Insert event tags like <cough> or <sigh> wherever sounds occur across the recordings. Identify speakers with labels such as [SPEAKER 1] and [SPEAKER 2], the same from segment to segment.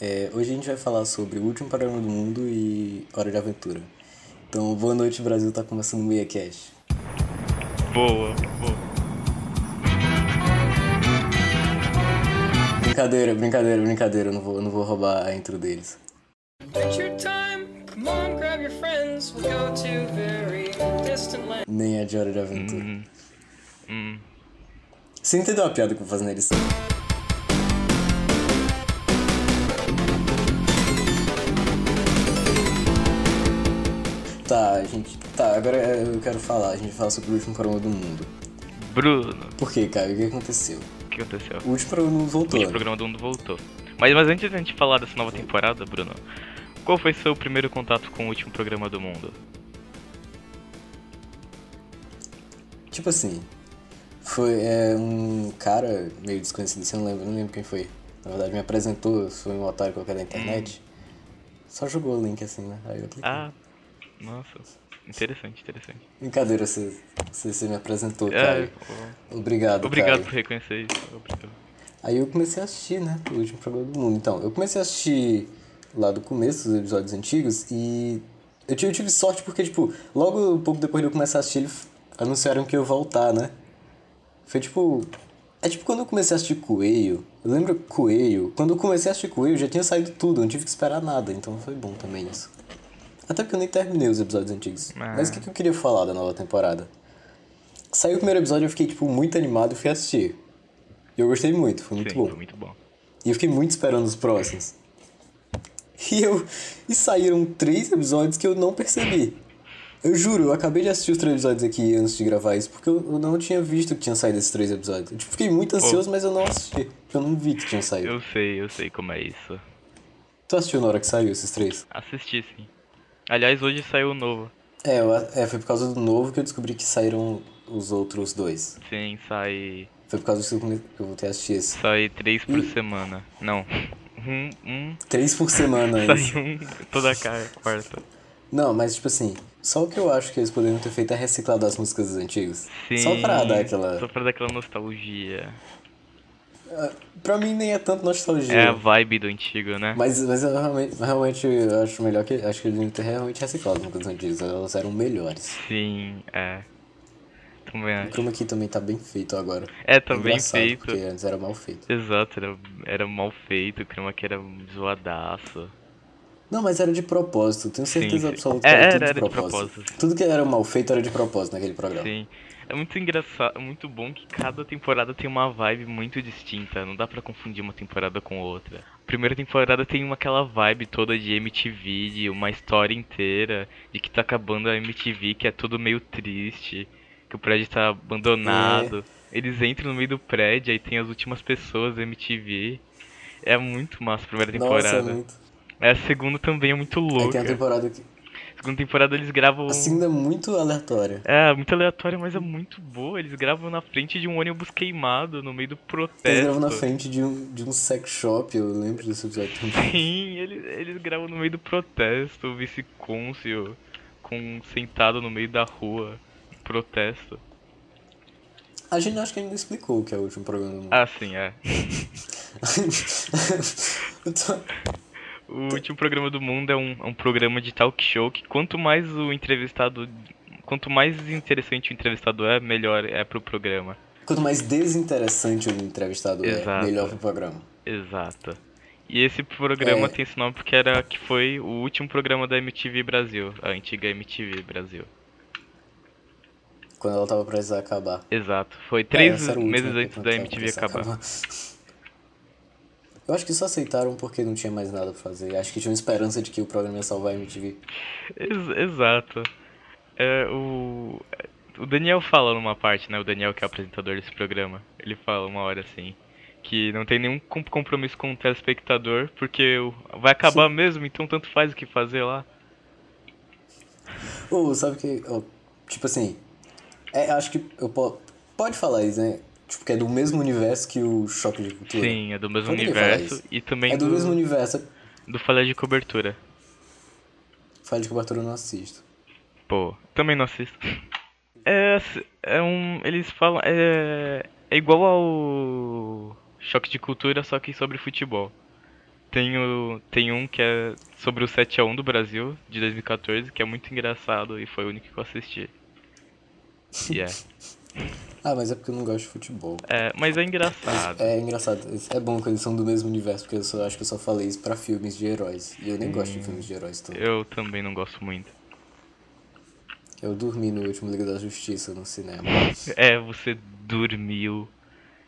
[SPEAKER 1] É, hoje a gente vai falar sobre O Último Programa do Mundo e Hora de Aventura. Então, boa noite, Brasil, tá começando o MeiaCast.
[SPEAKER 2] Boa, boa.
[SPEAKER 1] Brincadeira, brincadeira, brincadeira, eu não vou, eu não vou roubar a intro deles.
[SPEAKER 3] It's your time. Come on, grab your friends. We'll go to very distant lands.
[SPEAKER 1] Nem a de Hora de Aventura. Você entendeu a piada que eu vou fazer na edição? Tá, gente. Tá, agora eu quero falar. A gente vai falar sobre o último programa do mundo.
[SPEAKER 2] Bruno,
[SPEAKER 1] Por quê, cara? O que aconteceu?
[SPEAKER 2] o que aconteceu?
[SPEAKER 1] O último programa do mundo voltou.
[SPEAKER 2] O
[SPEAKER 1] né?
[SPEAKER 2] programa do mundo voltou. Mas, mas antes da gente falar dessa nova temporada, Bruno, qual foi seu primeiro contato com o último programa do mundo?
[SPEAKER 1] Tipo assim, foi é, um cara meio desconhecido, assim, eu não lembro, não lembro quem foi. Na verdade, me apresentou, foi um otário qualquer da internet. Só jogou o link assim, né? Aí eu cliquei.
[SPEAKER 2] Ah, nossa. Interessante, interessante.
[SPEAKER 1] Brincadeira, você, você, você me apresentou,
[SPEAKER 2] É,
[SPEAKER 1] Caio. Obrigado,
[SPEAKER 2] obrigado por
[SPEAKER 1] Caio.
[SPEAKER 2] reconhecer isso. Obrigado.
[SPEAKER 1] Aí eu comecei a assistir, né? O último programa do mundo. Então, eu comecei a assistir lá do começo, dos episódios antigos, e eu tive, eu tive sorte porque, tipo, logo um pouco depois de eu começar a assistir, eles anunciaram que eu ia voltar, né? Foi tipo. É tipo quando eu comecei a assistir Coelho. Eu lembro Coelho. Quando eu comecei a assistir Coelho, já tinha saído tudo, eu não tive que esperar nada, então foi bom também isso. Até porque eu nem terminei os episódios antigos.
[SPEAKER 2] Ah.
[SPEAKER 1] Mas o que, que eu queria falar da nova temporada? Saiu o primeiro episódio, eu fiquei, tipo, muito animado e fui assistir. E eu gostei muito, foi muito
[SPEAKER 2] Sim,
[SPEAKER 1] bom.
[SPEAKER 2] foi muito bom.
[SPEAKER 1] E eu fiquei muito esperando os próximos. E eu. E saíram três episódios que eu não percebi. Eu juro, eu acabei de assistir os três episódios aqui antes de gravar isso, porque eu, eu não tinha visto que tinha saído esses três episódios. Eu tipo, fiquei muito ansioso, mas eu não assisti. Porque eu não vi que tinha saído.
[SPEAKER 2] Eu sei, eu sei como é isso.
[SPEAKER 1] Tu assistiu na hora que saiu esses três?
[SPEAKER 2] Assisti sim. Aliás, hoje saiu o novo.
[SPEAKER 1] É, eu, a- é, foi por causa do novo que eu descobri que saíram os outros dois.
[SPEAKER 2] Sim, sai.
[SPEAKER 1] Foi por causa disso que eu come- que eu voltei a assistir esse.
[SPEAKER 2] Sai três por
[SPEAKER 1] Ih.
[SPEAKER 2] semana. Não. <laughs> Um, um.
[SPEAKER 1] Três por
[SPEAKER 2] <laughs>
[SPEAKER 1] semana ainda.
[SPEAKER 2] Sai um toda ca- quarta.
[SPEAKER 1] Não, mas tipo assim, só o que eu acho que eles poderiam ter feito é reciclado as músicas antigas.
[SPEAKER 2] Sim.
[SPEAKER 1] Só pra dar aquela.
[SPEAKER 2] Só pra dar aquela nostalgia.
[SPEAKER 1] Pra mim nem é tanto nostalgia.
[SPEAKER 2] É a vibe do antigo, né?
[SPEAKER 1] Mas, mas eu realmente, realmente eu acho melhor que. Acho que eles deviam ter realmente reciclado as músicas antigas. Elas eram melhores.
[SPEAKER 2] Sim, é. Também
[SPEAKER 1] O
[SPEAKER 2] acho.
[SPEAKER 1] chroma aqui também tá bem feito agora.
[SPEAKER 2] É, tá bem
[SPEAKER 1] Engraçado,
[SPEAKER 2] feito.
[SPEAKER 1] Porque antes era mal feito.
[SPEAKER 2] Exato, era, era mal feito, o croma que era zoadaço.
[SPEAKER 1] Não, mas era de propósito, tenho certeza
[SPEAKER 2] sim.
[SPEAKER 1] absoluta
[SPEAKER 2] É,
[SPEAKER 1] que era,
[SPEAKER 2] era-
[SPEAKER 1] tudo de
[SPEAKER 2] era de
[SPEAKER 1] propósito.
[SPEAKER 2] propósito, sim.
[SPEAKER 1] Tudo que era mal feito era de propósito naquele programa.
[SPEAKER 2] Sim. É muito engraçado, muito bom que cada temporada tem uma vibe muito distinta. Não dá pra confundir uma temporada com outra. A primeira temporada tem uma, aquela vibe toda de MTV, de uma história inteira, de que tá acabando a MTV, que é tudo meio triste, que o prédio tá abandonado.
[SPEAKER 1] É.
[SPEAKER 2] Eles entram no meio do prédio, aí tem as últimas pessoas da MTV. É muito massa a primeira
[SPEAKER 1] Nossa,
[SPEAKER 2] temporada.
[SPEAKER 1] é muito.
[SPEAKER 2] É, a segunda também é muito
[SPEAKER 1] Aí
[SPEAKER 2] louca.
[SPEAKER 1] tem a temporada que.
[SPEAKER 2] Segunda temporada eles gravam.
[SPEAKER 1] A segunda é muito aleatória.
[SPEAKER 2] É, muito aleatória, mas é muito boa. Eles gravam na frente de um ônibus queimado, no meio do protesto.
[SPEAKER 1] Eles gravam tá na frente de um, de um sex shop, eu lembro desse episódio também.
[SPEAKER 2] Sim, eles, eles gravam no meio do protesto, o vice-cônsul com, sentado no meio da rua. Protesto.
[SPEAKER 1] A gente acho que ainda explicou o que é o último programa do mundo. <laughs>
[SPEAKER 2] Ah, sim, é.
[SPEAKER 1] Eu tô-
[SPEAKER 2] O último programa do mundo é um, é um programa de talk show que quanto mais o entrevistado. Quanto mais interessante o entrevistado é, melhor é pro programa.
[SPEAKER 1] Quanto mais desinteressante o entrevistado é,
[SPEAKER 2] Exato.
[SPEAKER 1] melhor pro programa.
[SPEAKER 2] Exato. E esse programa
[SPEAKER 1] É.
[SPEAKER 2] tem esse nome porque era que foi o último programa da MTV Brasil, a antiga MTV Brasil.
[SPEAKER 1] Quando ela tava prestes a acabar.
[SPEAKER 2] Exato. Foi
[SPEAKER 1] É,
[SPEAKER 2] três
[SPEAKER 1] essa era a última,
[SPEAKER 2] meses
[SPEAKER 1] né,
[SPEAKER 2] antes
[SPEAKER 1] quando
[SPEAKER 2] da
[SPEAKER 1] tava
[SPEAKER 2] MTV
[SPEAKER 1] prestes a
[SPEAKER 2] acabar.
[SPEAKER 1] Eu acho que só aceitaram porque não tinha mais nada pra fazer. Acho que tinham esperança de que o programa ia salvar a MTV.
[SPEAKER 2] Ex- exato. É, o... o Daniel fala numa parte, né? O Daniel que é o apresentador desse programa. Ele fala uma hora assim. Que não tem nenhum com- compromisso com o telespectador, porque o- vai acabar mesmo, então tanto faz o que fazer lá.
[SPEAKER 1] Ou, sabe que. ô, tipo assim. É, acho que eu po pode falar isso, né? Tipo, que é do mesmo universo que o Choque de Cultura.
[SPEAKER 2] Sim, é do mesmo
[SPEAKER 1] Poderia falar
[SPEAKER 2] universo
[SPEAKER 1] isso.
[SPEAKER 2] e também
[SPEAKER 1] É do mesmo universo.
[SPEAKER 2] do Falha de Cobertura.
[SPEAKER 1] Falha de cobertura eu não assisto.
[SPEAKER 2] Pô, também não assisto. É, ass- é um. Eles falam. É, é igual ao. Choque de cultura, só que sobre futebol. Tem, o, tem um que é sobre o 7x1 do Brasil, de 2014, que é muito engraçado e foi o único que eu assisti. E é.
[SPEAKER 1] Ah, mas é porque eu não gosto de futebol.
[SPEAKER 2] É, mas é engraçado.
[SPEAKER 1] É engraçado. É bom que eles são do mesmo universo, porque eu só, acho que eu só falei isso pra filmes de heróis. E eu nem gosto de filmes de heróis tanto.
[SPEAKER 2] Eu também não gosto muito.
[SPEAKER 1] Eu dormi no último Liga da Justiça no cinema.
[SPEAKER 2] É, você dormiu,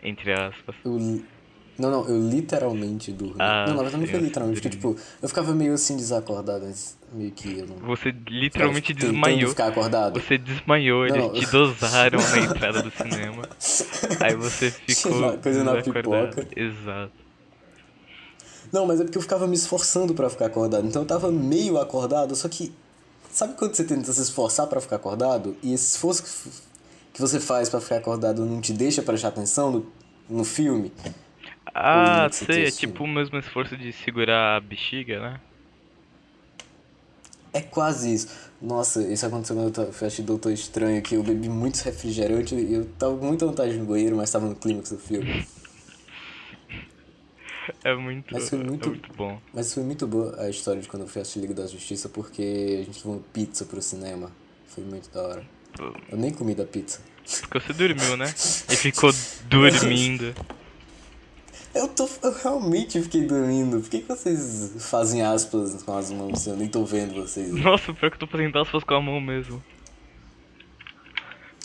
[SPEAKER 2] entre aspas.
[SPEAKER 1] Eu li- Não, não, eu literalmente dormi.
[SPEAKER 2] Ah,
[SPEAKER 1] não, na verdade não foi
[SPEAKER 2] eu
[SPEAKER 1] literalmente, porque tipo, eu ficava meio assim desacordado, mas meio que eu não.
[SPEAKER 2] Você literalmente
[SPEAKER 1] Ficava, tipo, tentando
[SPEAKER 2] desmaiou.
[SPEAKER 1] ficar acordado.
[SPEAKER 2] Você desmaiou,
[SPEAKER 1] Não.
[SPEAKER 2] eles te
[SPEAKER 1] <laughs>
[SPEAKER 2] dosaram na entrada do cinema. Aí você
[SPEAKER 1] Sei
[SPEAKER 2] ficou
[SPEAKER 1] lá, coisa na
[SPEAKER 2] desacordado.
[SPEAKER 1] pipoca.
[SPEAKER 2] Exato.
[SPEAKER 1] Não, mas é porque eu ficava me esforçando pra ficar acordado. Então eu tava meio acordado, só que. Sabe quando você tenta se esforçar pra ficar acordado? E esse esforço que f- que você faz pra ficar acordado não te deixa prestar atenção no, no filme?
[SPEAKER 2] Ah,
[SPEAKER 1] Hum, você
[SPEAKER 2] sei, é
[SPEAKER 1] disse.
[SPEAKER 2] tipo o mesmo esforço de segurar a bexiga, né?
[SPEAKER 1] É quase isso. Nossa, isso aconteceu quando eu tava- fui assistir Doutor Estranho, que eu bebi muitos refrigerantes e eu tava com muita vontade de ir no banheiro, mas tava no clímax do filme.
[SPEAKER 2] É muito,
[SPEAKER 1] Mas foi
[SPEAKER 2] é
[SPEAKER 1] muito-
[SPEAKER 2] muito bom.
[SPEAKER 1] Mas foi muito boa a história de quando eu fui assistir Liga da Justiça, porque a gente levou pizza pro cinema. Foi muito da hora. Eu nem comi da pizza.
[SPEAKER 2] Porque você dormiu, né?
[SPEAKER 1] <laughs>
[SPEAKER 2] E ficou dormindo.
[SPEAKER 1] Eu, tô, eu realmente fiquei dormindo. Por que, que vocês fazem aspas com as mãos? se Eu nem tô vendo vocês.
[SPEAKER 2] Nossa, pior é que eu tô fazendo aspas com a mão mesmo.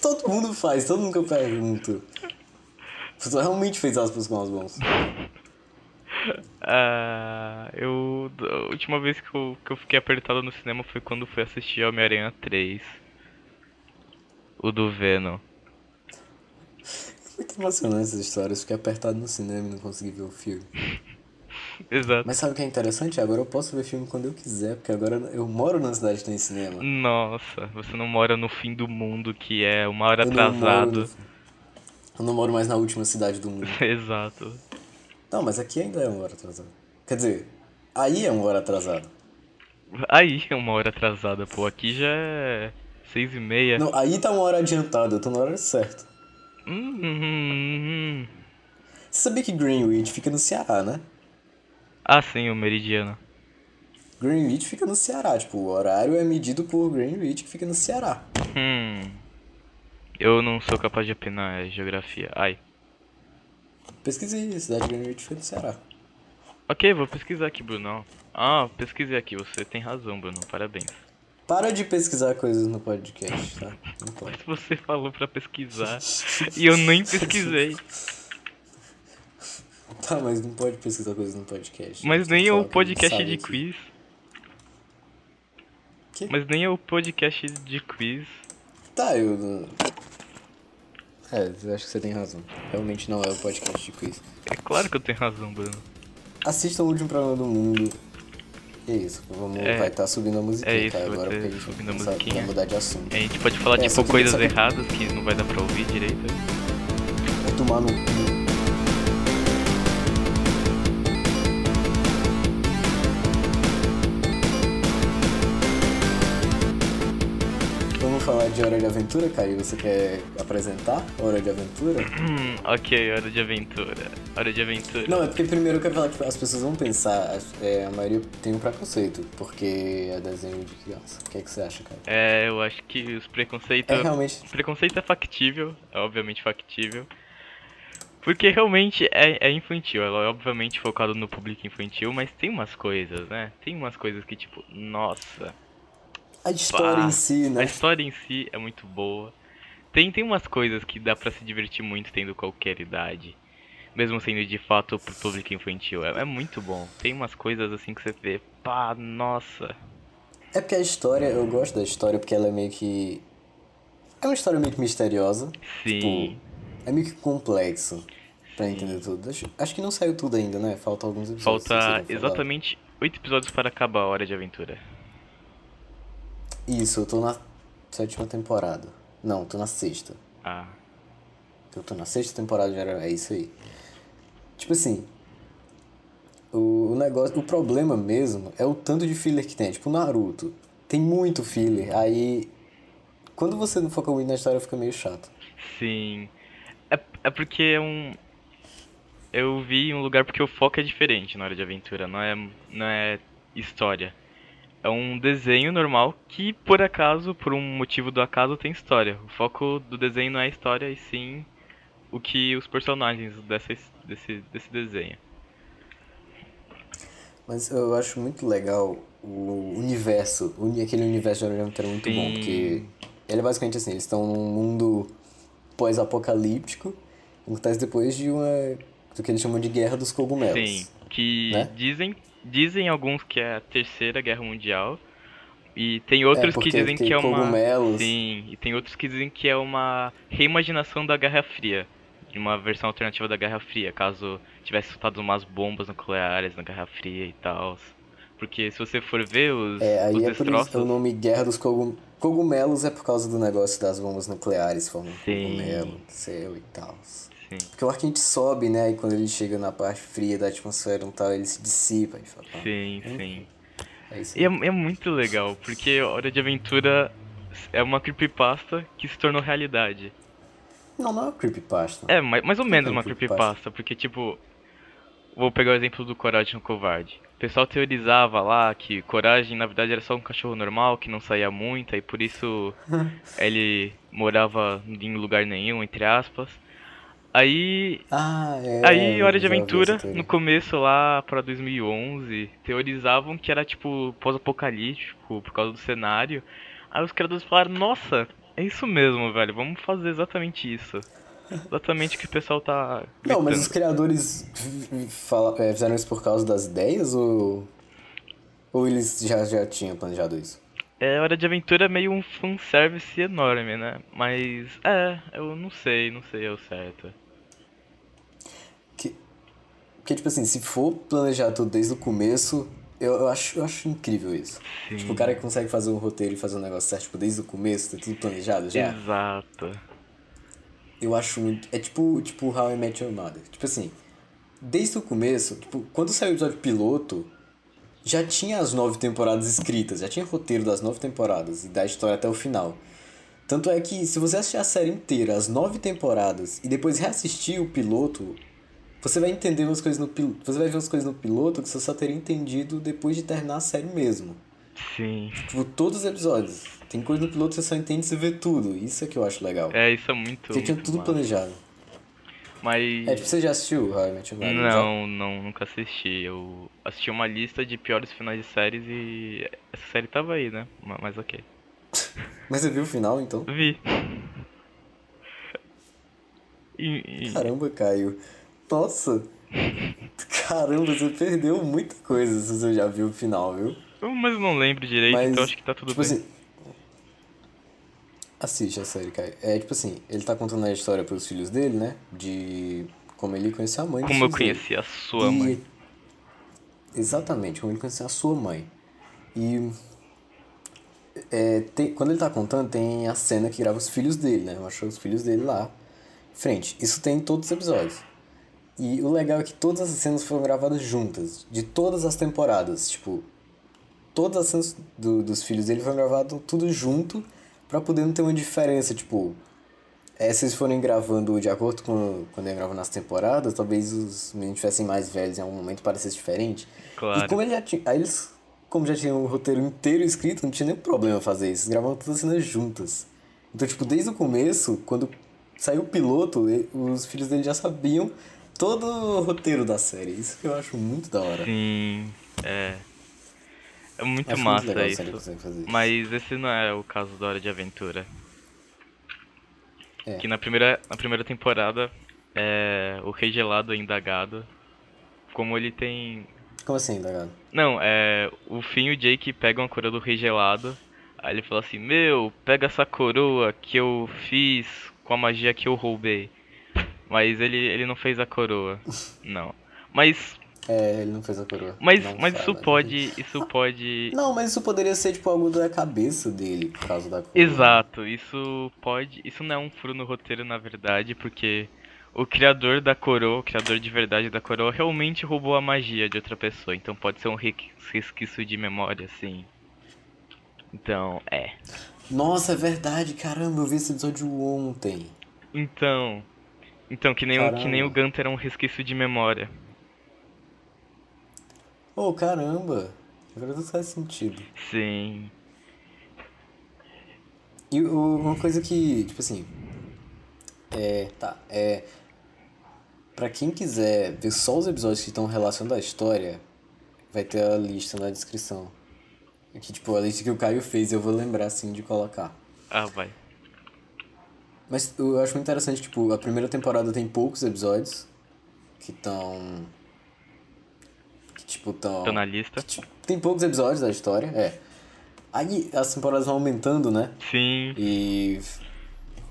[SPEAKER 1] Todo mundo faz, todo mundo que eu pergunto. Você realmente fez aspas com as mãos. É
[SPEAKER 2] Ah, eu. A última vez que eu, que eu fiquei apertado no cinema foi quando fui assistir Homem-Aranha 3. O do Venom.
[SPEAKER 1] Muito emocionante essas histórias. Fiquei apertado no cinema e não consegui ver o filme.
[SPEAKER 2] Exato.
[SPEAKER 1] Mas sabe o que é interessante? Agora eu posso ver filme quando eu quiser, porque agora eu moro na cidade que tem
[SPEAKER 2] Hum,
[SPEAKER 1] cinema.
[SPEAKER 2] Nossa, você não mora no fim do mundo que é uma hora
[SPEAKER 1] Eu não moro
[SPEAKER 2] atrasado. <laughs>
[SPEAKER 1] no- Eu não moro mais na última cidade do mundo.
[SPEAKER 2] Exato.
[SPEAKER 1] Não, mas aqui ainda é uma hora atrasada. Quer dizer, aí é uma hora atrasada.
[SPEAKER 2] Aí é uma hora atrasada, pô. Aqui já é seis e meia.
[SPEAKER 1] Não, aí tá uma hora adiantada, eu tô na hora certa.
[SPEAKER 2] Hum, hum, hum, hum.
[SPEAKER 1] Você sabia que Greenwich fica no Ceará, né?
[SPEAKER 2] Ah, sim, o meridiano.
[SPEAKER 1] Greenwich fica no Ceará, tipo, o horário é medido por Greenwich que fica no Ceará.
[SPEAKER 2] Hum. Eu não sou capaz de opinar, é geografia. Ai.
[SPEAKER 1] Pesquise aí, a cidade de Greenwich fica no Ceará.
[SPEAKER 2] Ok, vou pesquisar aqui, Bruno. Ah, pesquisei aqui. Você tem razão, Bruno. Parabéns. <laughs>
[SPEAKER 1] Para de pesquisar coisas no podcast, tá? Não pode. <laughs>
[SPEAKER 2] Mas você falou pra pesquisar e eu nem pesquisei.
[SPEAKER 1] Tá, mas não pode pesquisar coisas no podcast.
[SPEAKER 2] Mas nem é
[SPEAKER 1] Fala
[SPEAKER 2] o
[SPEAKER 1] que
[SPEAKER 2] podcast
[SPEAKER 1] sabe
[SPEAKER 2] de
[SPEAKER 1] que-
[SPEAKER 2] quiz.
[SPEAKER 1] Que?
[SPEAKER 2] Mas nem é o podcast de quiz.
[SPEAKER 1] Tá, eu. não- É, eu acho que você tem razão. Realmente não é o podcast de quiz.
[SPEAKER 2] É claro que eu tenho razão, Bruno.
[SPEAKER 1] Assistam o último programa do mundo. É isso, vamos,
[SPEAKER 2] É.
[SPEAKER 1] vai estar subindo a musiquinha,
[SPEAKER 2] É isso,
[SPEAKER 1] tá?
[SPEAKER 2] vai
[SPEAKER 1] Agora
[SPEAKER 2] ter
[SPEAKER 1] porque a gente
[SPEAKER 2] subindo a
[SPEAKER 1] começar-
[SPEAKER 2] musiquinha.
[SPEAKER 1] vai mudar de assunto.
[SPEAKER 2] A gente pode falar,
[SPEAKER 1] É, só
[SPEAKER 2] tipo,
[SPEAKER 1] que-
[SPEAKER 2] coisas
[SPEAKER 1] só que-
[SPEAKER 2] erradas que não vai dar pra ouvir direito.
[SPEAKER 1] Vai tomar no cu. Vamos falar de Hora de Aventura, Caio? Você quer apresentar Hora de Aventura?
[SPEAKER 2] Hum, ok, hora de aventura. Hora de aventura.
[SPEAKER 1] Não, é porque primeiro eu quero falar que as pessoas vão pensar, as- é, a maioria tem um preconceito, porque é desenho de criança. O que, é que você acha, cara?
[SPEAKER 2] É, eu acho que os preconceitos.
[SPEAKER 1] É realmente.
[SPEAKER 2] Preconceito é factível, é obviamente factível. Porque realmente é, é infantil, ela é obviamente focada no público infantil, mas tem umas coisas, né? Tem umas coisas que, tipo, nossa,
[SPEAKER 1] A história
[SPEAKER 2] Pá.
[SPEAKER 1] em si,
[SPEAKER 2] a
[SPEAKER 1] né?
[SPEAKER 2] história em si é muito boa. Tem, tem umas coisas que dá pra se divertir muito tendo qualquer idade. Mesmo sendo de fato pro público infantil. É, é muito bom. Tem umas coisas assim que você vê, pá, nossa.
[SPEAKER 1] É porque a história, eu gosto da história porque ela é meio que. É uma história meio que misteriosa.
[SPEAKER 2] Sim.
[SPEAKER 1] É meio que complexo pra entender tudo. Acho, acho que não saiu tudo ainda, né? Falta alguns episódios. que
[SPEAKER 2] Falta
[SPEAKER 1] vocês vão falar.
[SPEAKER 2] exatamente oito episódios para acabar a hora de aventura.
[SPEAKER 1] Isso, eu tô na sétima temporada. Não, tô na sexta.
[SPEAKER 2] Ah.
[SPEAKER 1] Eu tô na sexta temporada, já era, é isso aí. Tipo assim, o, o negócio, o problema mesmo é o tanto de filler que tem. Tipo, Naruto, tem muito filler. Aí, quando você não foca muito na história, fica meio chato.
[SPEAKER 2] Sim. É, é porque é um. eu vi em um lugar porque o foco é diferente na hora de aventura, não é, não é história. É um desenho normal que, por acaso, por um motivo do acaso, tem história. O foco do desenho não é a história, e sim o que os personagens dessa, his- desse, desse desenho.
[SPEAKER 1] Mas eu acho muito legal o universo, uni- aquele universo de Orlando é muito bom,
[SPEAKER 2] Sim.
[SPEAKER 1] porque ele é basicamente assim, eles estão num mundo pós-apocalíptico, que acontece depois de uma do que eles chamam de Guerra dos Cogumelos.
[SPEAKER 2] Sim, que
[SPEAKER 1] né?
[SPEAKER 2] dizem, dizem alguns que é a Terceira Guerra Mundial. E tem outros que
[SPEAKER 1] porque
[SPEAKER 2] dizem
[SPEAKER 1] tem
[SPEAKER 2] que é uma.
[SPEAKER 1] cogumelos.
[SPEAKER 2] Sim, e tem outros que dizem que é uma reimaginação da Guerra Fria. de Uma versão alternativa da Guerra Fria, caso tivesse soltado umas bombas nucleares na Guerra Fria e tal. Porque se você for ver os,
[SPEAKER 1] É, aí
[SPEAKER 2] os
[SPEAKER 1] é por
[SPEAKER 2] destroços.
[SPEAKER 1] isso o nome Guerra dos Cogum- Cogumelos é por causa do negócio das bombas nucleares, formando
[SPEAKER 2] Sim.
[SPEAKER 1] cogumelo, seu e tal.
[SPEAKER 2] Sim,
[SPEAKER 1] Porque o ar quente sobe, né? E quando ele chega na parte fria da atmosfera e tal, ele se dissipa. E fala, "Ah,
[SPEAKER 2] sim,
[SPEAKER 1] Enfim.
[SPEAKER 2] sim.
[SPEAKER 1] é isso
[SPEAKER 2] E
[SPEAKER 1] aí."
[SPEAKER 2] é, é muito legal, porque Hora de Aventura é uma creepypasta que se tornou realidade.
[SPEAKER 1] Não, não é uma creepypasta.
[SPEAKER 2] É, mais, mais ou menos
[SPEAKER 1] é um
[SPEAKER 2] uma
[SPEAKER 1] creepypasta?
[SPEAKER 2] creepypasta, porque tipo. Vou pegar o exemplo do Coragem no Covarde. O pessoal teorizava lá que Coragem na verdade era só um cachorro normal que não saía muito e por isso ele morava em lugar nenhum, entre aspas. Aí
[SPEAKER 1] Ah, é.
[SPEAKER 2] Aí, Hora de
[SPEAKER 1] já vi
[SPEAKER 2] Aventura,
[SPEAKER 1] essa teoria.
[SPEAKER 2] no começo lá pra 2011, teorizavam que era tipo pós-apocalíptico por causa do cenário. Aí os criadores falaram: Nossa, é isso mesmo, velho, vamos fazer exatamente isso. Exatamente o que o pessoal tá.
[SPEAKER 1] Não, mas os
[SPEAKER 2] gritando.
[SPEAKER 1] criadores f- fala- é, fizeram isso por causa das ideias ou. Ou eles já, já tinham planejado isso?
[SPEAKER 2] É, Hora de Aventura é meio um fanservice enorme, né? Mas, é, eu não sei, não sei ao certo.
[SPEAKER 1] Que, porque, tipo assim, se for planejar tudo desde o começo, eu, eu, acho, eu acho incrível isso.
[SPEAKER 2] Sim.
[SPEAKER 1] Tipo, o cara que consegue fazer um roteiro e fazer um negócio certo, tipo, desde o começo, ter tudo planejado já.
[SPEAKER 2] É. Exato.
[SPEAKER 1] Eu acho muito. É tipo, tipo How I Met Your Mother. Tipo assim, desde o começo, tipo, quando saiu o episódio piloto, já tinha as nove temporadas escritas, já tinha roteiro das nove temporadas e da história até o final. Tanto é que se você assistir a série inteira, as nove temporadas, e depois reassistir o piloto, você vai entender umas coisas no piloto. Você vai ver umas coisas no piloto que você só teria entendido depois de terminar a série mesmo.
[SPEAKER 2] Sim.
[SPEAKER 1] Tipo, todos os episódios. Tem coisa no piloto que você só entende se vê tudo. Isso é que eu acho legal.
[SPEAKER 2] É, isso é muito.
[SPEAKER 1] Porque tinha
[SPEAKER 2] muito
[SPEAKER 1] tudo
[SPEAKER 2] massa.
[SPEAKER 1] planejado.
[SPEAKER 2] Mas.
[SPEAKER 1] É, tipo, você já assistiu How I Met Your Mother? já?
[SPEAKER 2] Não, não, nunca assisti. Eu assisti uma lista de piores finais de séries e essa série tava aí, né? Ma- Mas ok.
[SPEAKER 1] Mas você viu o final, então?
[SPEAKER 2] Vi. <laughs> E- e-
[SPEAKER 1] Caramba, Caio. Nossa. Caramba, você perdeu muita coisa se você já viu o final, viu?
[SPEAKER 2] mas eu não lembro direito,
[SPEAKER 1] Mas,
[SPEAKER 2] então acho que tá tudo
[SPEAKER 1] tipo
[SPEAKER 2] bem.
[SPEAKER 1] assim... Assiste a série, Caio. É, tipo assim, ele tá contando a história pros filhos dele, né? De como ele conheceu a mãe dos
[SPEAKER 2] Como eu
[SPEAKER 1] filhos dele.
[SPEAKER 2] conheci a sua
[SPEAKER 1] E-
[SPEAKER 2] mãe.
[SPEAKER 1] Exatamente, como ele conheceu a sua mãe. E é, tem- quando ele tá contando, tem a cena que grava os filhos dele, né? Mostra os filhos dele lá. em Frente. Isso tem em todos os episódios. E o legal é que todas as cenas foram gravadas juntas, de todas as temporadas. Tipo, todas as cenas do- dos filhos dele foram gravadas tudo junto, pra poder não ter uma diferença. Tipo, é, se eles forem gravando de acordo com quando ele grava nas temporadas, talvez os meninos tivessem mais velhos em algum momento parecesse diferente.
[SPEAKER 2] Claro.
[SPEAKER 1] E como ele já tinha, aí eles, como já tinham o roteiro inteiro escrito, não tinha nenhum problema fazer isso. Eles gravavam todas as cenas juntas. Então, tipo, desde o começo, quando saiu o piloto, e- os filhos dele já sabiam todo o roteiro da série. Isso que eu acho muito da hora.
[SPEAKER 2] Sim, é. É muito
[SPEAKER 1] acho
[SPEAKER 2] massa
[SPEAKER 1] muito legal a série
[SPEAKER 2] isso.
[SPEAKER 1] conseguir fazer isso.
[SPEAKER 2] Mas esse não é o caso da Hora de Aventura.
[SPEAKER 1] É.
[SPEAKER 2] Que na primeira, na primeira temporada, é, o Rei Gelado é indagado. Como ele tem.
[SPEAKER 1] Como assim, Dagado?
[SPEAKER 2] Não, é. O Finn e o Jake pegam a coroa do Rei Gelado. Aí ele fala assim: Meu, pega essa coroa que eu fiz com a magia que eu roubei. Mas ele, ele não fez
[SPEAKER 1] <laughs>
[SPEAKER 2] a coroa. Não. Mas.
[SPEAKER 1] É, ele não fez a coroa.
[SPEAKER 2] Mas,
[SPEAKER 1] Não
[SPEAKER 2] mas isso
[SPEAKER 1] fala. né?
[SPEAKER 2] pode. Isso pode.
[SPEAKER 1] Não, mas isso poderia ser, tipo, algo da cabeça dele, por causa da coroa.
[SPEAKER 2] Exato, isso pode. Isso não é um furo no roteiro, na verdade, porque o criador da coroa, o criador de verdade da coroa, realmente roubou a magia de outra pessoa. Então pode ser um requi- resquício de memória, assim. Então, é.
[SPEAKER 1] Nossa, é verdade, caramba, eu vi esse episódio ontem.
[SPEAKER 2] Então. Então, que nem, o, que
[SPEAKER 1] Caralho.
[SPEAKER 2] nem o Gunter é um resquício de memória.
[SPEAKER 1] Oh, caramba! Agora tudo faz sentido.
[SPEAKER 2] Sim.
[SPEAKER 1] E o- uma coisa que, tipo assim. É. Tá. É. Pra quem quiser ver só os episódios que estão relacionados à história, vai ter a lista na descrição. Aqui, tipo, a lista que o Caio fez, eu vou lembrar assim de colocar.
[SPEAKER 2] Ah, vai.
[SPEAKER 1] Mas eu acho muito interessante, tipo, a primeira temporada tem poucos episódios que estão. Que, tipo, estão.
[SPEAKER 2] Tô na lista.
[SPEAKER 1] Tem poucos episódios da história, é. Aí as temporadas vão aumentando, né?
[SPEAKER 2] Sim.
[SPEAKER 1] E.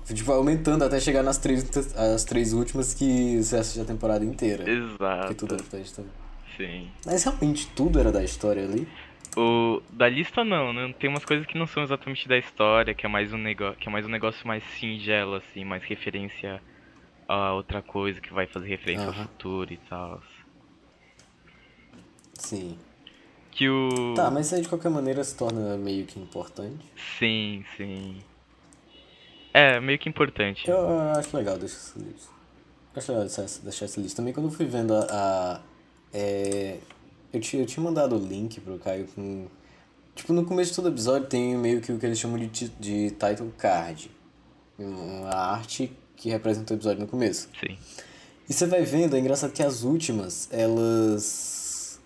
[SPEAKER 1] Tipo, vai aumentando até chegar nas três, as três últimas que você assiste a temporada inteira. Porque tudo
[SPEAKER 2] Exato.
[SPEAKER 1] era da história.
[SPEAKER 2] Sim.
[SPEAKER 1] Mas realmente tudo era da história ali.
[SPEAKER 2] O, da lista não, né? Tem umas coisas que não são exatamente da história, que é mais um negócio, que é mais um negócio mais singelo, assim, mais referência a outra coisa que vai fazer referência ao
[SPEAKER 1] Aham.
[SPEAKER 2] futuro e tal.
[SPEAKER 1] Sim.
[SPEAKER 2] Que o.
[SPEAKER 1] Tá, mas isso aí de qualquer maneira se torna meio que importante.
[SPEAKER 2] Sim, sim. É, meio que importante.
[SPEAKER 1] Eu, eu acho legal deixar essa lista. Eu Acho legal deixar, essa- deixar essa lista. Também quando eu fui vendo a. a- é, eu, tinha, eu tinha mandado o link pro Caio com. Tipo, no começo de todo episódio tem meio que o que eles chamam de, ti- de title card. Um- Uma arte que representa o episódio no começo.
[SPEAKER 2] Sim.
[SPEAKER 1] E você vai vendo, é engraçado que as últimas, elas.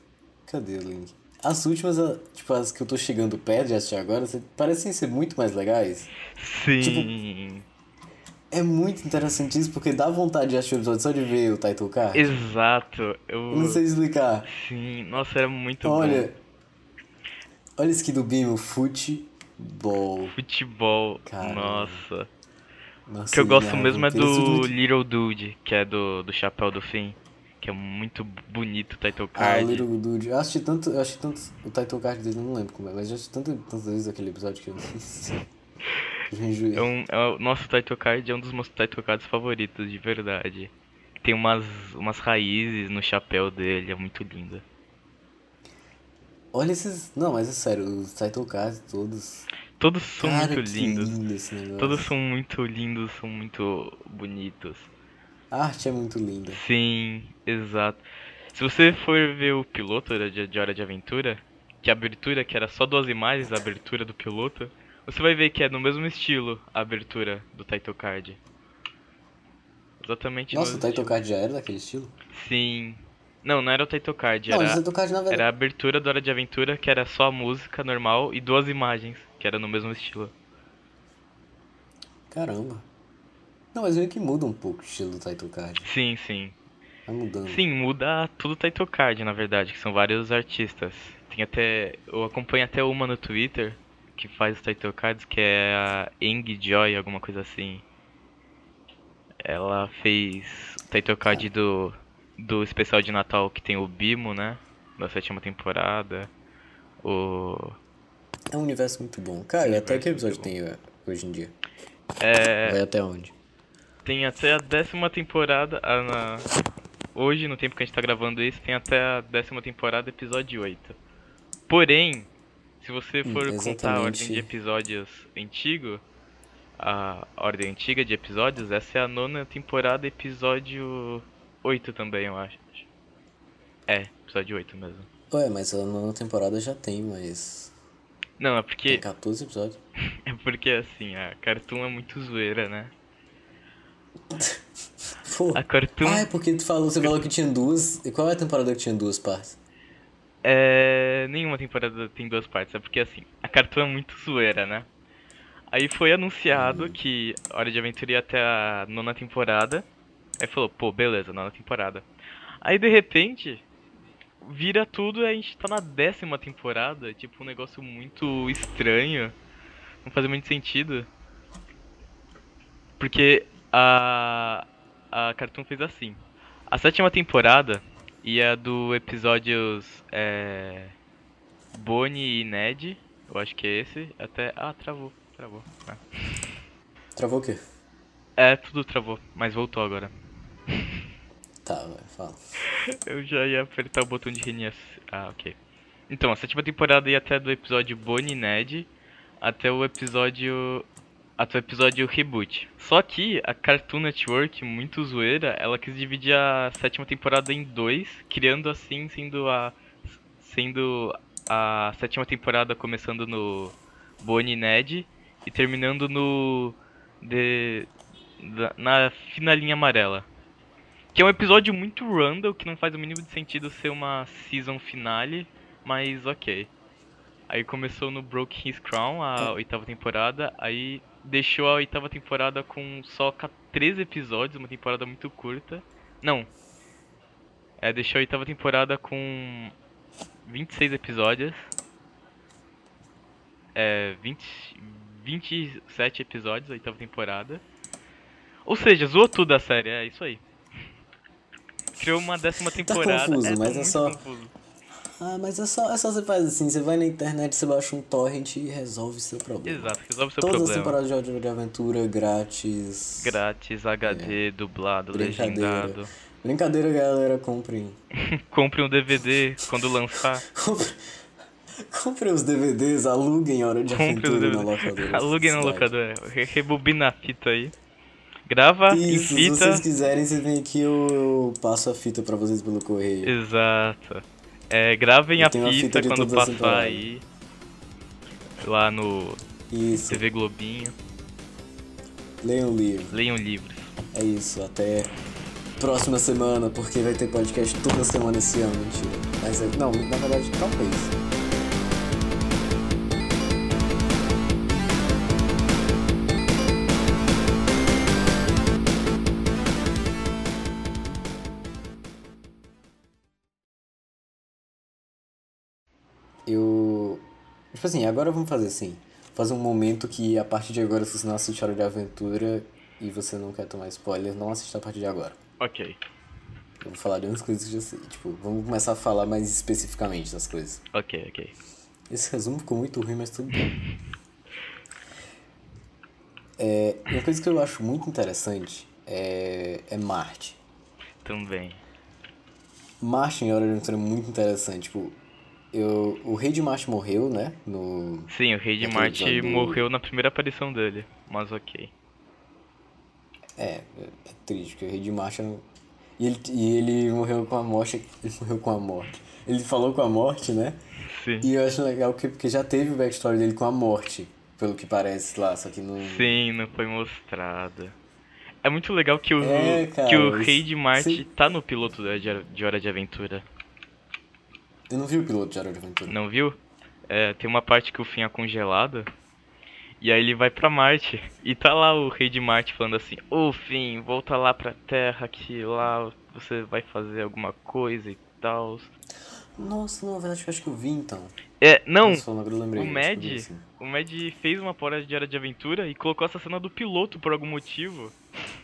[SPEAKER 1] Cadê o link? As últimas, a- tipo, as que eu tô chegando perto de assistir agora, você- parecem ser muito mais legais.
[SPEAKER 2] Sim.
[SPEAKER 1] É muito interessante isso, porque dá vontade de assistir o episódio só de ver o Taito Card.
[SPEAKER 2] Exato. Eu.
[SPEAKER 1] Eu não sei explicar.
[SPEAKER 2] Sim. Nossa, era muito
[SPEAKER 1] Olha.
[SPEAKER 2] bom.
[SPEAKER 1] Olha isso aqui do Bimo, futebol.
[SPEAKER 2] Futebol.
[SPEAKER 1] Caramba.
[SPEAKER 2] Nossa. O
[SPEAKER 1] Nossa,
[SPEAKER 2] que eu gosto
[SPEAKER 1] Iago,
[SPEAKER 2] mesmo é
[SPEAKER 1] tem isso
[SPEAKER 2] do
[SPEAKER 1] tudo aqui.
[SPEAKER 2] Little Dude, que é do, do Chapéu do Fim. Que é muito bonito o title
[SPEAKER 1] Ah,
[SPEAKER 2] card.
[SPEAKER 1] o Little Dude. Eu assisti tanto. Eu assisti tanto. O Taito Card dele, eu não lembro como é, mas eu assisti tanto, tantas vezes aquele episódio que eu nem
[SPEAKER 2] <laughs>
[SPEAKER 1] sei. Eu me enjoei.
[SPEAKER 2] É um, é o nosso title card é um dos meus title cards favoritos, de verdade. Tem umas, umas raízes no chapéu dele, é muito linda.
[SPEAKER 1] Olha esses. Não, mas é sério, os Taito Cards todos.
[SPEAKER 2] Todos são
[SPEAKER 1] Cara,
[SPEAKER 2] muito
[SPEAKER 1] que
[SPEAKER 2] lindos.
[SPEAKER 1] lindo esse negócio.
[SPEAKER 2] Todos são muito lindos, são muito bonitos.
[SPEAKER 1] A arte é muito linda.
[SPEAKER 2] Sim, exato. Se você for ver o piloto da- de, de Hora de Aventura, que a abertura, que era só duas imagens, a abertura do piloto, você vai ver que é no mesmo estilo a abertura do title card. Exatamente
[SPEAKER 1] Nossa,
[SPEAKER 2] no
[SPEAKER 1] o Taito Card já era daquele estilo?
[SPEAKER 2] Sim. Não, não era o title card,
[SPEAKER 1] Não,
[SPEAKER 2] era,
[SPEAKER 1] mas o Taito Card na verdade.
[SPEAKER 2] era a abertura da Hora de Aventura, que era só a música normal e duas imagens, que era no mesmo estilo.
[SPEAKER 1] Caramba. Não, mas meio que muda um pouco o estilo do Taito Card.
[SPEAKER 2] Sim, sim.
[SPEAKER 1] Vai mudando.
[SPEAKER 2] Sim, muda tudo Taito Card, na verdade, que são vários artistas. Tem até. Eu acompanho até uma no Twitter que faz os Taito Cards, que é a Eng Joy, alguma coisa assim. Ela fez o Taito Card do, do especial de Natal que tem o Bimo, né? Da sétima temporada. O.
[SPEAKER 1] É um universo muito bom. Cara,
[SPEAKER 2] Sim,
[SPEAKER 1] até que
[SPEAKER 2] é
[SPEAKER 1] episódio
[SPEAKER 2] muito
[SPEAKER 1] tem é, hoje em dia?
[SPEAKER 2] É.
[SPEAKER 1] Vai até onde?
[SPEAKER 2] Tem até a décima temporada. ah, na- Hoje, no tempo que a gente tá gravando isso, tem até a décima temporada, episódio 8. Porém, se você
[SPEAKER 1] Hum,
[SPEAKER 2] for contar a ordem
[SPEAKER 1] exatamente.
[SPEAKER 2] de episódios antigo, a ordem antiga de episódios, essa é a nona temporada, episódio 8 também, eu acho. É, episódio 8 mesmo.
[SPEAKER 1] Ué, mas a nona temporada já tem, mas.
[SPEAKER 2] Não, é porque
[SPEAKER 1] Tem 14 episódios.
[SPEAKER 2] É porque assim, a Cartoon é muito zoeira, né?
[SPEAKER 1] Pô.
[SPEAKER 2] A Cartoon
[SPEAKER 1] Ah, é porque tu falou, você falou que tinha duas. E qual é a temporada que tinha duas partes?
[SPEAKER 2] É. Nenhuma temporada tem duas partes, é porque assim, a Cartoon é muito zoeira, né? Aí foi anunciado que Hora de Aventura ia até a nona temporada. Aí falou, pô, beleza, nona temporada. Aí de repente, vira tudo e a gente tá na décima temporada, tipo um negócio muito estranho. Não faz muito sentido. Porque a. A Cartoon fez assim. A sétima temporada ia do episódios. É, Bonnie e Ned. Eu acho que é esse. Até. Ah, travou. Travou. Ah.
[SPEAKER 1] Travou o quê?
[SPEAKER 2] É, tudo travou, mas voltou agora.
[SPEAKER 1] Tá, vai, fala.
[SPEAKER 2] <laughs> Eu já ia apertar o botão de reinias. Ah, ok. Então, a sétima temporada ia até do episódio Bonnie e Ned até o episódio até o episódio Reboot. Só que a Cartoon Network, muito zoeira, ela quis dividir a sétima temporada em dois, criando assim, sendo a. sendo a sétima temporada começando no Bonnie e Ned e terminando no. De, da- na finalinha amarela. Que é um episódio muito Randall, que não faz o mínimo de sentido ser uma season finale, mas ok. Aí começou no Broken His Crown,
[SPEAKER 1] Ah.
[SPEAKER 2] a oitava temporada, aí deixou a oitava temporada com só ca- 13 episódios, uma temporada muito curta. Não. É, deixou a oitava temporada com 26 episódios. É, 20, 27 episódios, a oitava temporada. Ou seja, zoou tudo a série, é isso aí. Criou uma décima temporada.
[SPEAKER 1] confuso,
[SPEAKER 2] é, tá
[SPEAKER 1] mas é
[SPEAKER 2] muito
[SPEAKER 1] só-
[SPEAKER 2] confuso.
[SPEAKER 1] Ah, mas é só, é só você faz assim, você vai na internet, você baixa um torrent e resolve seu problema.
[SPEAKER 2] Exato, resolve o seu
[SPEAKER 1] Todas as
[SPEAKER 2] problema.
[SPEAKER 1] temporadas de áudio de aventura grátis.
[SPEAKER 2] Grátis, HD, dublado,
[SPEAKER 1] É. Brincadeira.
[SPEAKER 2] legendado.
[SPEAKER 1] Brincadeira, galera, comprem. <laughs>
[SPEAKER 2] Compre um DVD quando lançar.
[SPEAKER 1] Compre- Comprem os DVDs, aluguem Hora de
[SPEAKER 2] Compre um o
[SPEAKER 1] Aventura na
[SPEAKER 2] DVD.
[SPEAKER 1] locadora.
[SPEAKER 2] <laughs> Alugue na
[SPEAKER 1] Cidade.
[SPEAKER 2] locadora. Re- Rebobina a fita aí. Grava
[SPEAKER 1] E se
[SPEAKER 2] em fita.
[SPEAKER 1] vocês quiserem, você vem aqui, eu, eu passo a fita pra vocês pelo correio.
[SPEAKER 2] Exato. É, gravem
[SPEAKER 1] Eu
[SPEAKER 2] a
[SPEAKER 1] tenho a
[SPEAKER 2] fita,
[SPEAKER 1] fita de
[SPEAKER 2] quando
[SPEAKER 1] todas as
[SPEAKER 2] passar
[SPEAKER 1] temporadas.
[SPEAKER 2] aí. Lá no
[SPEAKER 1] Isso,
[SPEAKER 2] TV Globinho.
[SPEAKER 1] leiam o livro.
[SPEAKER 2] Leiam livros.
[SPEAKER 1] É isso, até próxima semana, porque vai ter podcast toda semana esse ano, mentira. Mas é, não, na verdade, talvez. Eu. Tipo assim, agora vamos fazer assim. Fazer um momento que a partir de agora, se você não assiste Hora de Aventura e você não quer tomar spoiler, não assista a partir de agora.
[SPEAKER 2] Ok,
[SPEAKER 1] Eu vou falar de umas coisas que eu já sei. Tipo, vamos começar a falar mais especificamente das coisas.
[SPEAKER 2] ok, ok.
[SPEAKER 1] Esse resumo ficou muito ruim, mas tudo bem. É, uma coisa que eu acho muito interessante é, é Marte.
[SPEAKER 2] Também.
[SPEAKER 1] Marte em Hora de Aventura é muito interessante. Tipo, eu, o rei de Marte morreu, né? No,
[SPEAKER 2] Sim, o Rei de
[SPEAKER 1] Aquele
[SPEAKER 2] Marte
[SPEAKER 1] episódio-
[SPEAKER 2] morreu na primeira aparição dele. Mas ok.
[SPEAKER 1] É, é triste, porque o Rei de Marcha. não- E ele, e ele morreu com a morte. <laughs> Ele morreu com a morte. Ele falou com a morte, né?
[SPEAKER 2] Sim.
[SPEAKER 1] E eu acho legal que, porque já teve o backstory dele com a morte, pelo que parece lá, só que não.
[SPEAKER 2] Sim, não foi mostrada. É muito legal que o,
[SPEAKER 1] É, cara,
[SPEAKER 2] que o
[SPEAKER 1] isso-
[SPEAKER 2] Rei de Marte
[SPEAKER 1] sim.
[SPEAKER 2] tá no piloto da- de, de Hora de Aventura.
[SPEAKER 1] Eu não vi o piloto de Hora de Aventura.
[SPEAKER 2] Não viu? É, tem uma parte que o Finn é congelado. E aí ele vai pra Marte. E tá lá o Rei de Marte falando assim: Ô Finn, volta lá pra Terra que lá você vai fazer alguma coisa e tal.
[SPEAKER 1] Nossa, não, na verdade eu acho que eu vi então.
[SPEAKER 2] É, não,
[SPEAKER 1] Nossa, agora eu lembrei.
[SPEAKER 2] o
[SPEAKER 1] acho que eu
[SPEAKER 2] Mad,
[SPEAKER 1] vi, assim.
[SPEAKER 2] o Mad fez uma hora de Hora de Aventura e colocou essa cena do piloto por algum motivo. <laughs>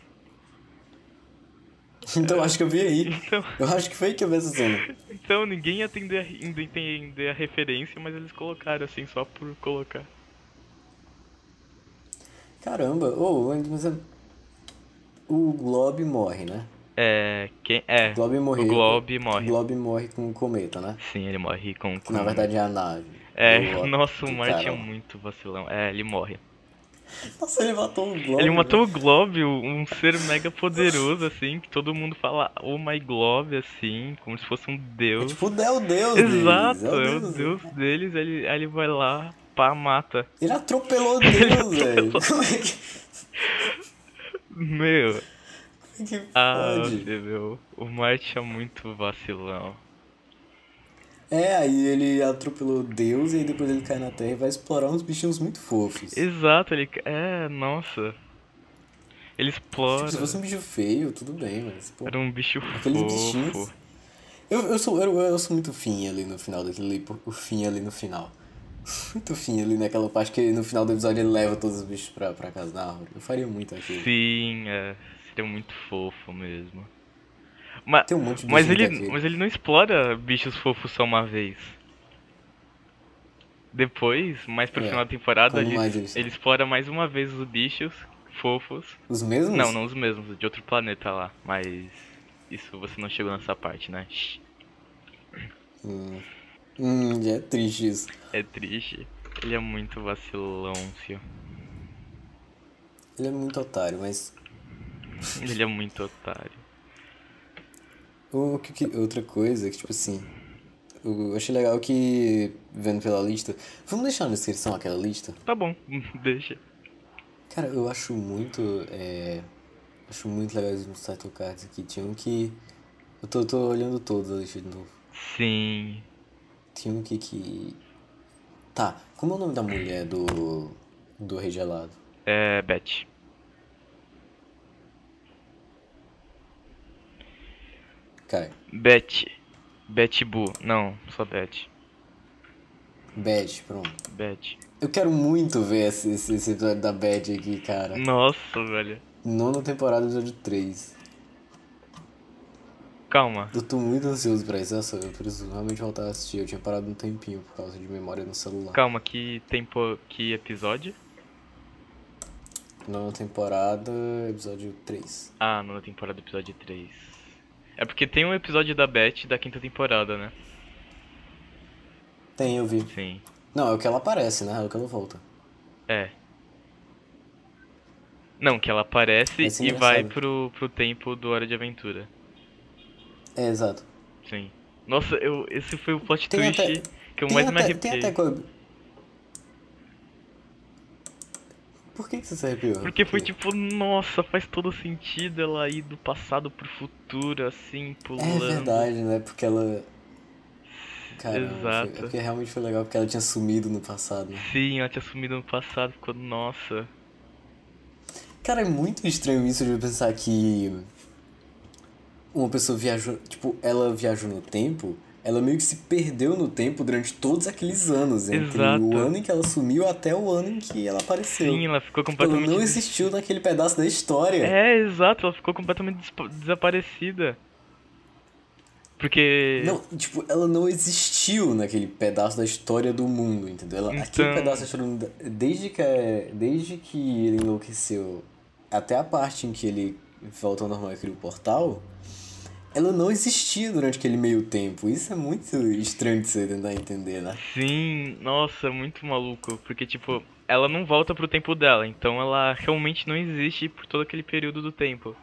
[SPEAKER 1] Então acho que eu vi aí.
[SPEAKER 2] Então.
[SPEAKER 1] Eu acho que foi que eu vi essa cena.
[SPEAKER 2] Então, ninguém ia atender a- ainda entender a referência, mas eles colocaram assim, só por colocar.
[SPEAKER 1] Caramba, ô, mas é- o Glob morre, né?
[SPEAKER 2] É. Quem. É.
[SPEAKER 1] O Glob morreu.
[SPEAKER 2] O Glob morre.
[SPEAKER 1] O Glob morre com o cometa, né?
[SPEAKER 2] Sim, ele morre com.
[SPEAKER 1] Que na
[SPEAKER 2] com-
[SPEAKER 1] verdade é a nave.
[SPEAKER 2] É,
[SPEAKER 1] do
[SPEAKER 2] <laughs>
[SPEAKER 1] Loki,
[SPEAKER 2] nossa, o
[SPEAKER 1] do
[SPEAKER 2] Martin é
[SPEAKER 1] cara lá.
[SPEAKER 2] muito vacilão. É, ele morre.
[SPEAKER 1] Nossa, ele matou o né? Globo.
[SPEAKER 2] Ele matou o Glob, o- um ser mega poderoso, assim, que todo mundo fala, oh my Glob, assim, como se fosse um
[SPEAKER 1] É
[SPEAKER 2] deus.
[SPEAKER 1] tipo, é o Deus deles,
[SPEAKER 2] Exato,
[SPEAKER 1] é o Deus, deles.
[SPEAKER 2] deus deles, ele, aí ele vai lá, pá, mata.
[SPEAKER 1] Ele atropelou o
[SPEAKER 2] <laughs>
[SPEAKER 1] Deus, velho. Como é que,
[SPEAKER 2] Meu,
[SPEAKER 1] como é que
[SPEAKER 2] ah,
[SPEAKER 1] pode?
[SPEAKER 2] você viu, o Martin é muito vacilão.
[SPEAKER 1] É, aí ele atropelou o Deus e aí depois ele cai na Terra e vai explorar uns bichinhos muito fofos. Tipo,
[SPEAKER 2] Exato, ele. É, nossa. Ele explora.
[SPEAKER 1] se fosse um bicho feio, tudo bem, mas... Pô,
[SPEAKER 2] Era um bicho
[SPEAKER 1] aqueles
[SPEAKER 2] fofo.
[SPEAKER 1] bichinhos... Eu, eu, sou, eu, eu sou muito fim ali no final daquele... por- O fim ali no final. Muito fim ali naquela parte que no final do episódio ele leva todos os bichos pra, pra casa da árvore. Eu faria muito aquilo.
[SPEAKER 2] Sim, é. Seria muito fofo mesmo. Mas,
[SPEAKER 1] Tem um monte de
[SPEAKER 2] mas,
[SPEAKER 1] bichinho
[SPEAKER 2] ele,
[SPEAKER 1] daquele.
[SPEAKER 2] mas ele não explora bichos fofos só uma vez. Depois, mais pro
[SPEAKER 1] É,
[SPEAKER 2] final da temporada,
[SPEAKER 1] quando
[SPEAKER 2] ele,
[SPEAKER 1] mais eles-
[SPEAKER 2] ele explora mais uma vez os bichos fofos.
[SPEAKER 1] Os mesmos?
[SPEAKER 2] Não, não os mesmos, de outro planeta lá. Mas isso você não chegou nessa parte, né? Shhh,
[SPEAKER 1] Hum, já é triste isso.
[SPEAKER 2] É triste. Ele é muito vacilão, fio.
[SPEAKER 1] Ele é muito otário, mas.
[SPEAKER 2] Ele é muito otário.
[SPEAKER 1] O que, que- outra coisa que, tipo assim. Eu achei legal que, vendo pela lista. Vamos deixar na descrição aquela lista?
[SPEAKER 2] Tá bom, <laughs> deixa.
[SPEAKER 1] Cara, eu acho muito. É, acho muito legal os title cards aqui. Tinha um que. Eu tô, tô olhando todos a lista de novo.
[SPEAKER 2] Sim.
[SPEAKER 1] Tinha um que que. Tá, como é o nome da mulher do. do Rei Gelado?
[SPEAKER 2] É, Beth.
[SPEAKER 1] Cara,
[SPEAKER 2] Beth. Beth Bu. Não, só Beth.
[SPEAKER 1] Bad, pronto.
[SPEAKER 2] Beth.
[SPEAKER 1] Eu quero muito ver esse, esse, esse episódio da Bad aqui, cara.
[SPEAKER 2] Nossa, velho.
[SPEAKER 1] Nona temporada, episódio 3.
[SPEAKER 2] Calma.
[SPEAKER 1] Eu tô muito ansioso pra isso. Nossa, eu preciso realmente voltar a assistir. Eu tinha parado um tempinho por causa de memória no celular.
[SPEAKER 2] Calma, que tempo. Que episódio?
[SPEAKER 1] Nona temporada, episódio 3.
[SPEAKER 2] Ah, nona temporada, episódio 3. É porque tem um episódio da Beth da quinta temporada, né?
[SPEAKER 1] Tem, eu vi.
[SPEAKER 2] Sim.
[SPEAKER 1] Não, é o que ela aparece, né? É o que ela volta.
[SPEAKER 2] É. Não, que ela aparece
[SPEAKER 1] Esse é
[SPEAKER 2] e vai
[SPEAKER 1] engraçado.
[SPEAKER 2] pro, pro tempo do Hora de Aventura.
[SPEAKER 1] É, exato.
[SPEAKER 2] Sim. Nossa, eu, esse foi o plot
[SPEAKER 1] Tem
[SPEAKER 2] twist
[SPEAKER 1] até-
[SPEAKER 2] que
[SPEAKER 1] tem
[SPEAKER 2] eu um mais me
[SPEAKER 1] até, tem até
[SPEAKER 2] arrepiei.
[SPEAKER 1] co- Por que, que você se arrepiou?
[SPEAKER 2] Porque foi tipo, nossa, faz todo sentido ela ir do passado pro futuro, assim,
[SPEAKER 1] É
[SPEAKER 2] pulando.
[SPEAKER 1] verdade, né? Porque ela. Caramba,
[SPEAKER 2] Exato.
[SPEAKER 1] Foi... é porque realmente foi legal porque ela tinha sumido no passado, né?
[SPEAKER 2] Sim, ela tinha sumido no passado, ficou, nossa.
[SPEAKER 1] Cara, é muito estranho isso de eu pensar que uma pessoa viajou, tipo, ela viajou no tempo, ela meio que se perdeu no tempo durante todos aqueles anos, entre
[SPEAKER 2] Exato.
[SPEAKER 1] o ano em que ela sumiu até o ano em que ela apareceu.
[SPEAKER 2] Sim, ela ficou
[SPEAKER 1] Tipo, ela
[SPEAKER 2] completamente.
[SPEAKER 1] não existiu naquele pedaço da história.
[SPEAKER 2] É, exato, ela ficou completamente despa- desaparecida. Porque.
[SPEAKER 1] Não, tipo, ela não existiu naquele pedaço da história do mundo, entendeu? Ela, Aquele
[SPEAKER 2] Então-
[SPEAKER 1] pedaço da história do mundo, desde que, é, desde que ele enlouqueceu até a parte em que ele volta ao normal e cria o portal, ela não existia durante aquele meio tempo. Isso é muito estranho de você tentar entender, né?
[SPEAKER 2] Sim, nossa, muito maluco. Porque, tipo, ela não volta pro tempo dela, então ela realmente não existe por todo aquele período do tempo.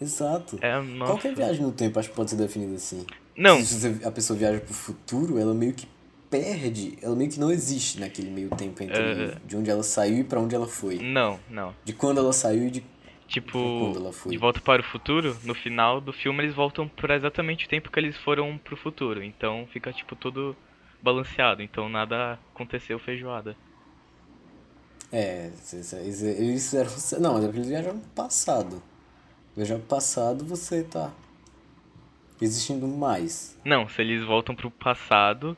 [SPEAKER 1] Exato.
[SPEAKER 2] É, nossa.
[SPEAKER 1] Qualquer viagem no tempo acho que pode ser definida assim.
[SPEAKER 2] Não,
[SPEAKER 1] Se você- a pessoa viaja pro futuro, ela meio que perde, ela meio que não existe naquele meio tempo entre
[SPEAKER 2] É.
[SPEAKER 1] de onde ela saiu e pra onde ela foi.
[SPEAKER 2] não, não.
[SPEAKER 1] De quando ela saiu e de.
[SPEAKER 2] Tipo,
[SPEAKER 1] Quando ela foi.
[SPEAKER 2] de volta para o futuro, no final do filme eles voltam pra exatamente o tempo que eles foram pro futuro. Então fica, tipo, tudo balanceado. Então nada aconteceu feijoada.
[SPEAKER 1] É, c- c- eles eles fizeram. Não, mas é porque eles viajaram pro passado. Viajar pro passado você tá existindo mais.
[SPEAKER 2] Não, se eles voltam pro passado,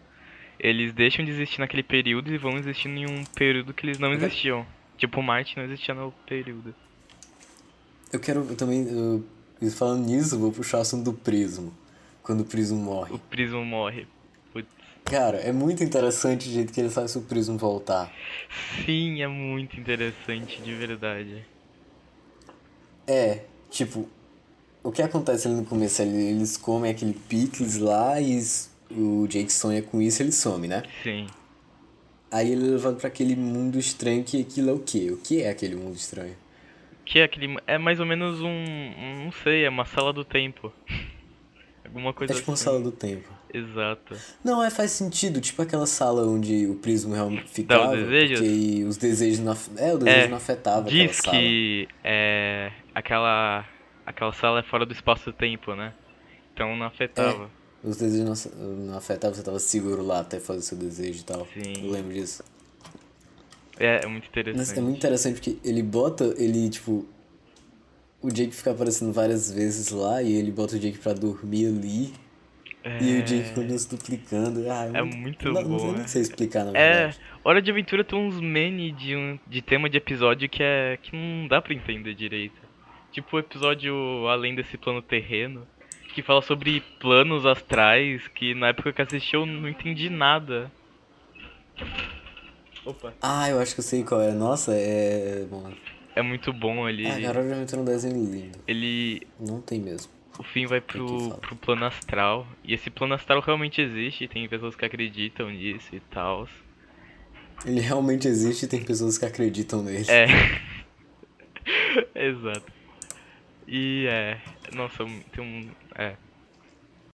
[SPEAKER 2] eles deixam de existir naquele período e vão existir em um período que eles não
[SPEAKER 1] Mas é-
[SPEAKER 2] existiam. Tipo, Marte não existia no período.
[SPEAKER 1] Eu quero eu também. eu- e falando nisso, eu vou puxar o assunto do Prismo. Quando o Prismo
[SPEAKER 2] O
[SPEAKER 1] morre.
[SPEAKER 2] Prismo morre. Putz.
[SPEAKER 1] Cara, é muito interessante o jeito que ele faz o Prismo voltar.
[SPEAKER 2] Sim, é muito interessante, de verdade.
[SPEAKER 1] É, tipo, o que acontece ali no começo? ele- Eles comem aquele picles lá e s- o Jake sonha com isso e ele some, né?
[SPEAKER 2] Sim.
[SPEAKER 1] Aí ele é levado pra aquele mundo estranho que aquilo é o quê? O que é aquele mundo estranho?
[SPEAKER 2] Que é aquele. É mais ou menos um. um- Não sei, é uma sala do tempo. <laughs> Alguma coisa
[SPEAKER 1] É tipo uma
[SPEAKER 2] assim.
[SPEAKER 1] sala do tempo.
[SPEAKER 2] Exato.
[SPEAKER 1] Não, é, faz sentido, tipo aquela sala onde o prisma realmente ficava,
[SPEAKER 2] desejos?
[SPEAKER 1] porque os desejos não, af- é, o desejo
[SPEAKER 2] É,
[SPEAKER 1] não afetava aquela
[SPEAKER 2] Diz
[SPEAKER 1] sala.
[SPEAKER 2] que é, aquela. aquela sala é fora do espaço-tempo, né? Então não afetava.
[SPEAKER 1] Os desejos não af- não afetavam, você tava seguro lá até fazer o seu desejo e tal.
[SPEAKER 2] Sim.
[SPEAKER 1] Eu lembro disso.
[SPEAKER 2] É, é muito
[SPEAKER 1] Mas
[SPEAKER 2] interessante.
[SPEAKER 1] é muito interessante porque ele bota, ele tipo. O Jake fica aparecendo várias vezes lá e ele bota o Jake pra dormir ali. E o Jake continua se duplicando. Ah,
[SPEAKER 2] É muito
[SPEAKER 1] não,
[SPEAKER 2] bom,
[SPEAKER 1] Não sei nem
[SPEAKER 2] né?
[SPEAKER 1] sei explicar, na
[SPEAKER 2] É,
[SPEAKER 1] verdade.
[SPEAKER 2] Hora de Aventura tem uns mini de, um, de tema de episódio que é que não dá pra entender direito. Tipo o episódio Além desse Plano Terreno, que fala sobre planos astrais, que na época que assisti eu não entendi nada. Opa.
[SPEAKER 1] Ah, eu acho que eu sei qual é. Nossa, é. Bom.
[SPEAKER 2] É muito bom ele.
[SPEAKER 1] Ah, Garota Aventura é um desenho lindo.
[SPEAKER 2] ele
[SPEAKER 1] Não tem mesmo.
[SPEAKER 2] o fim vai
[SPEAKER 1] Aqui
[SPEAKER 2] pro,
[SPEAKER 1] fala.
[SPEAKER 2] pro plano astral. E esse plano astral realmente existe, tem pessoas que acreditam nisso e tal.
[SPEAKER 1] Ele realmente existe e tem pessoas que acreditam nele.
[SPEAKER 2] É. <laughs> Exato. E é. Nossa, tem um. É.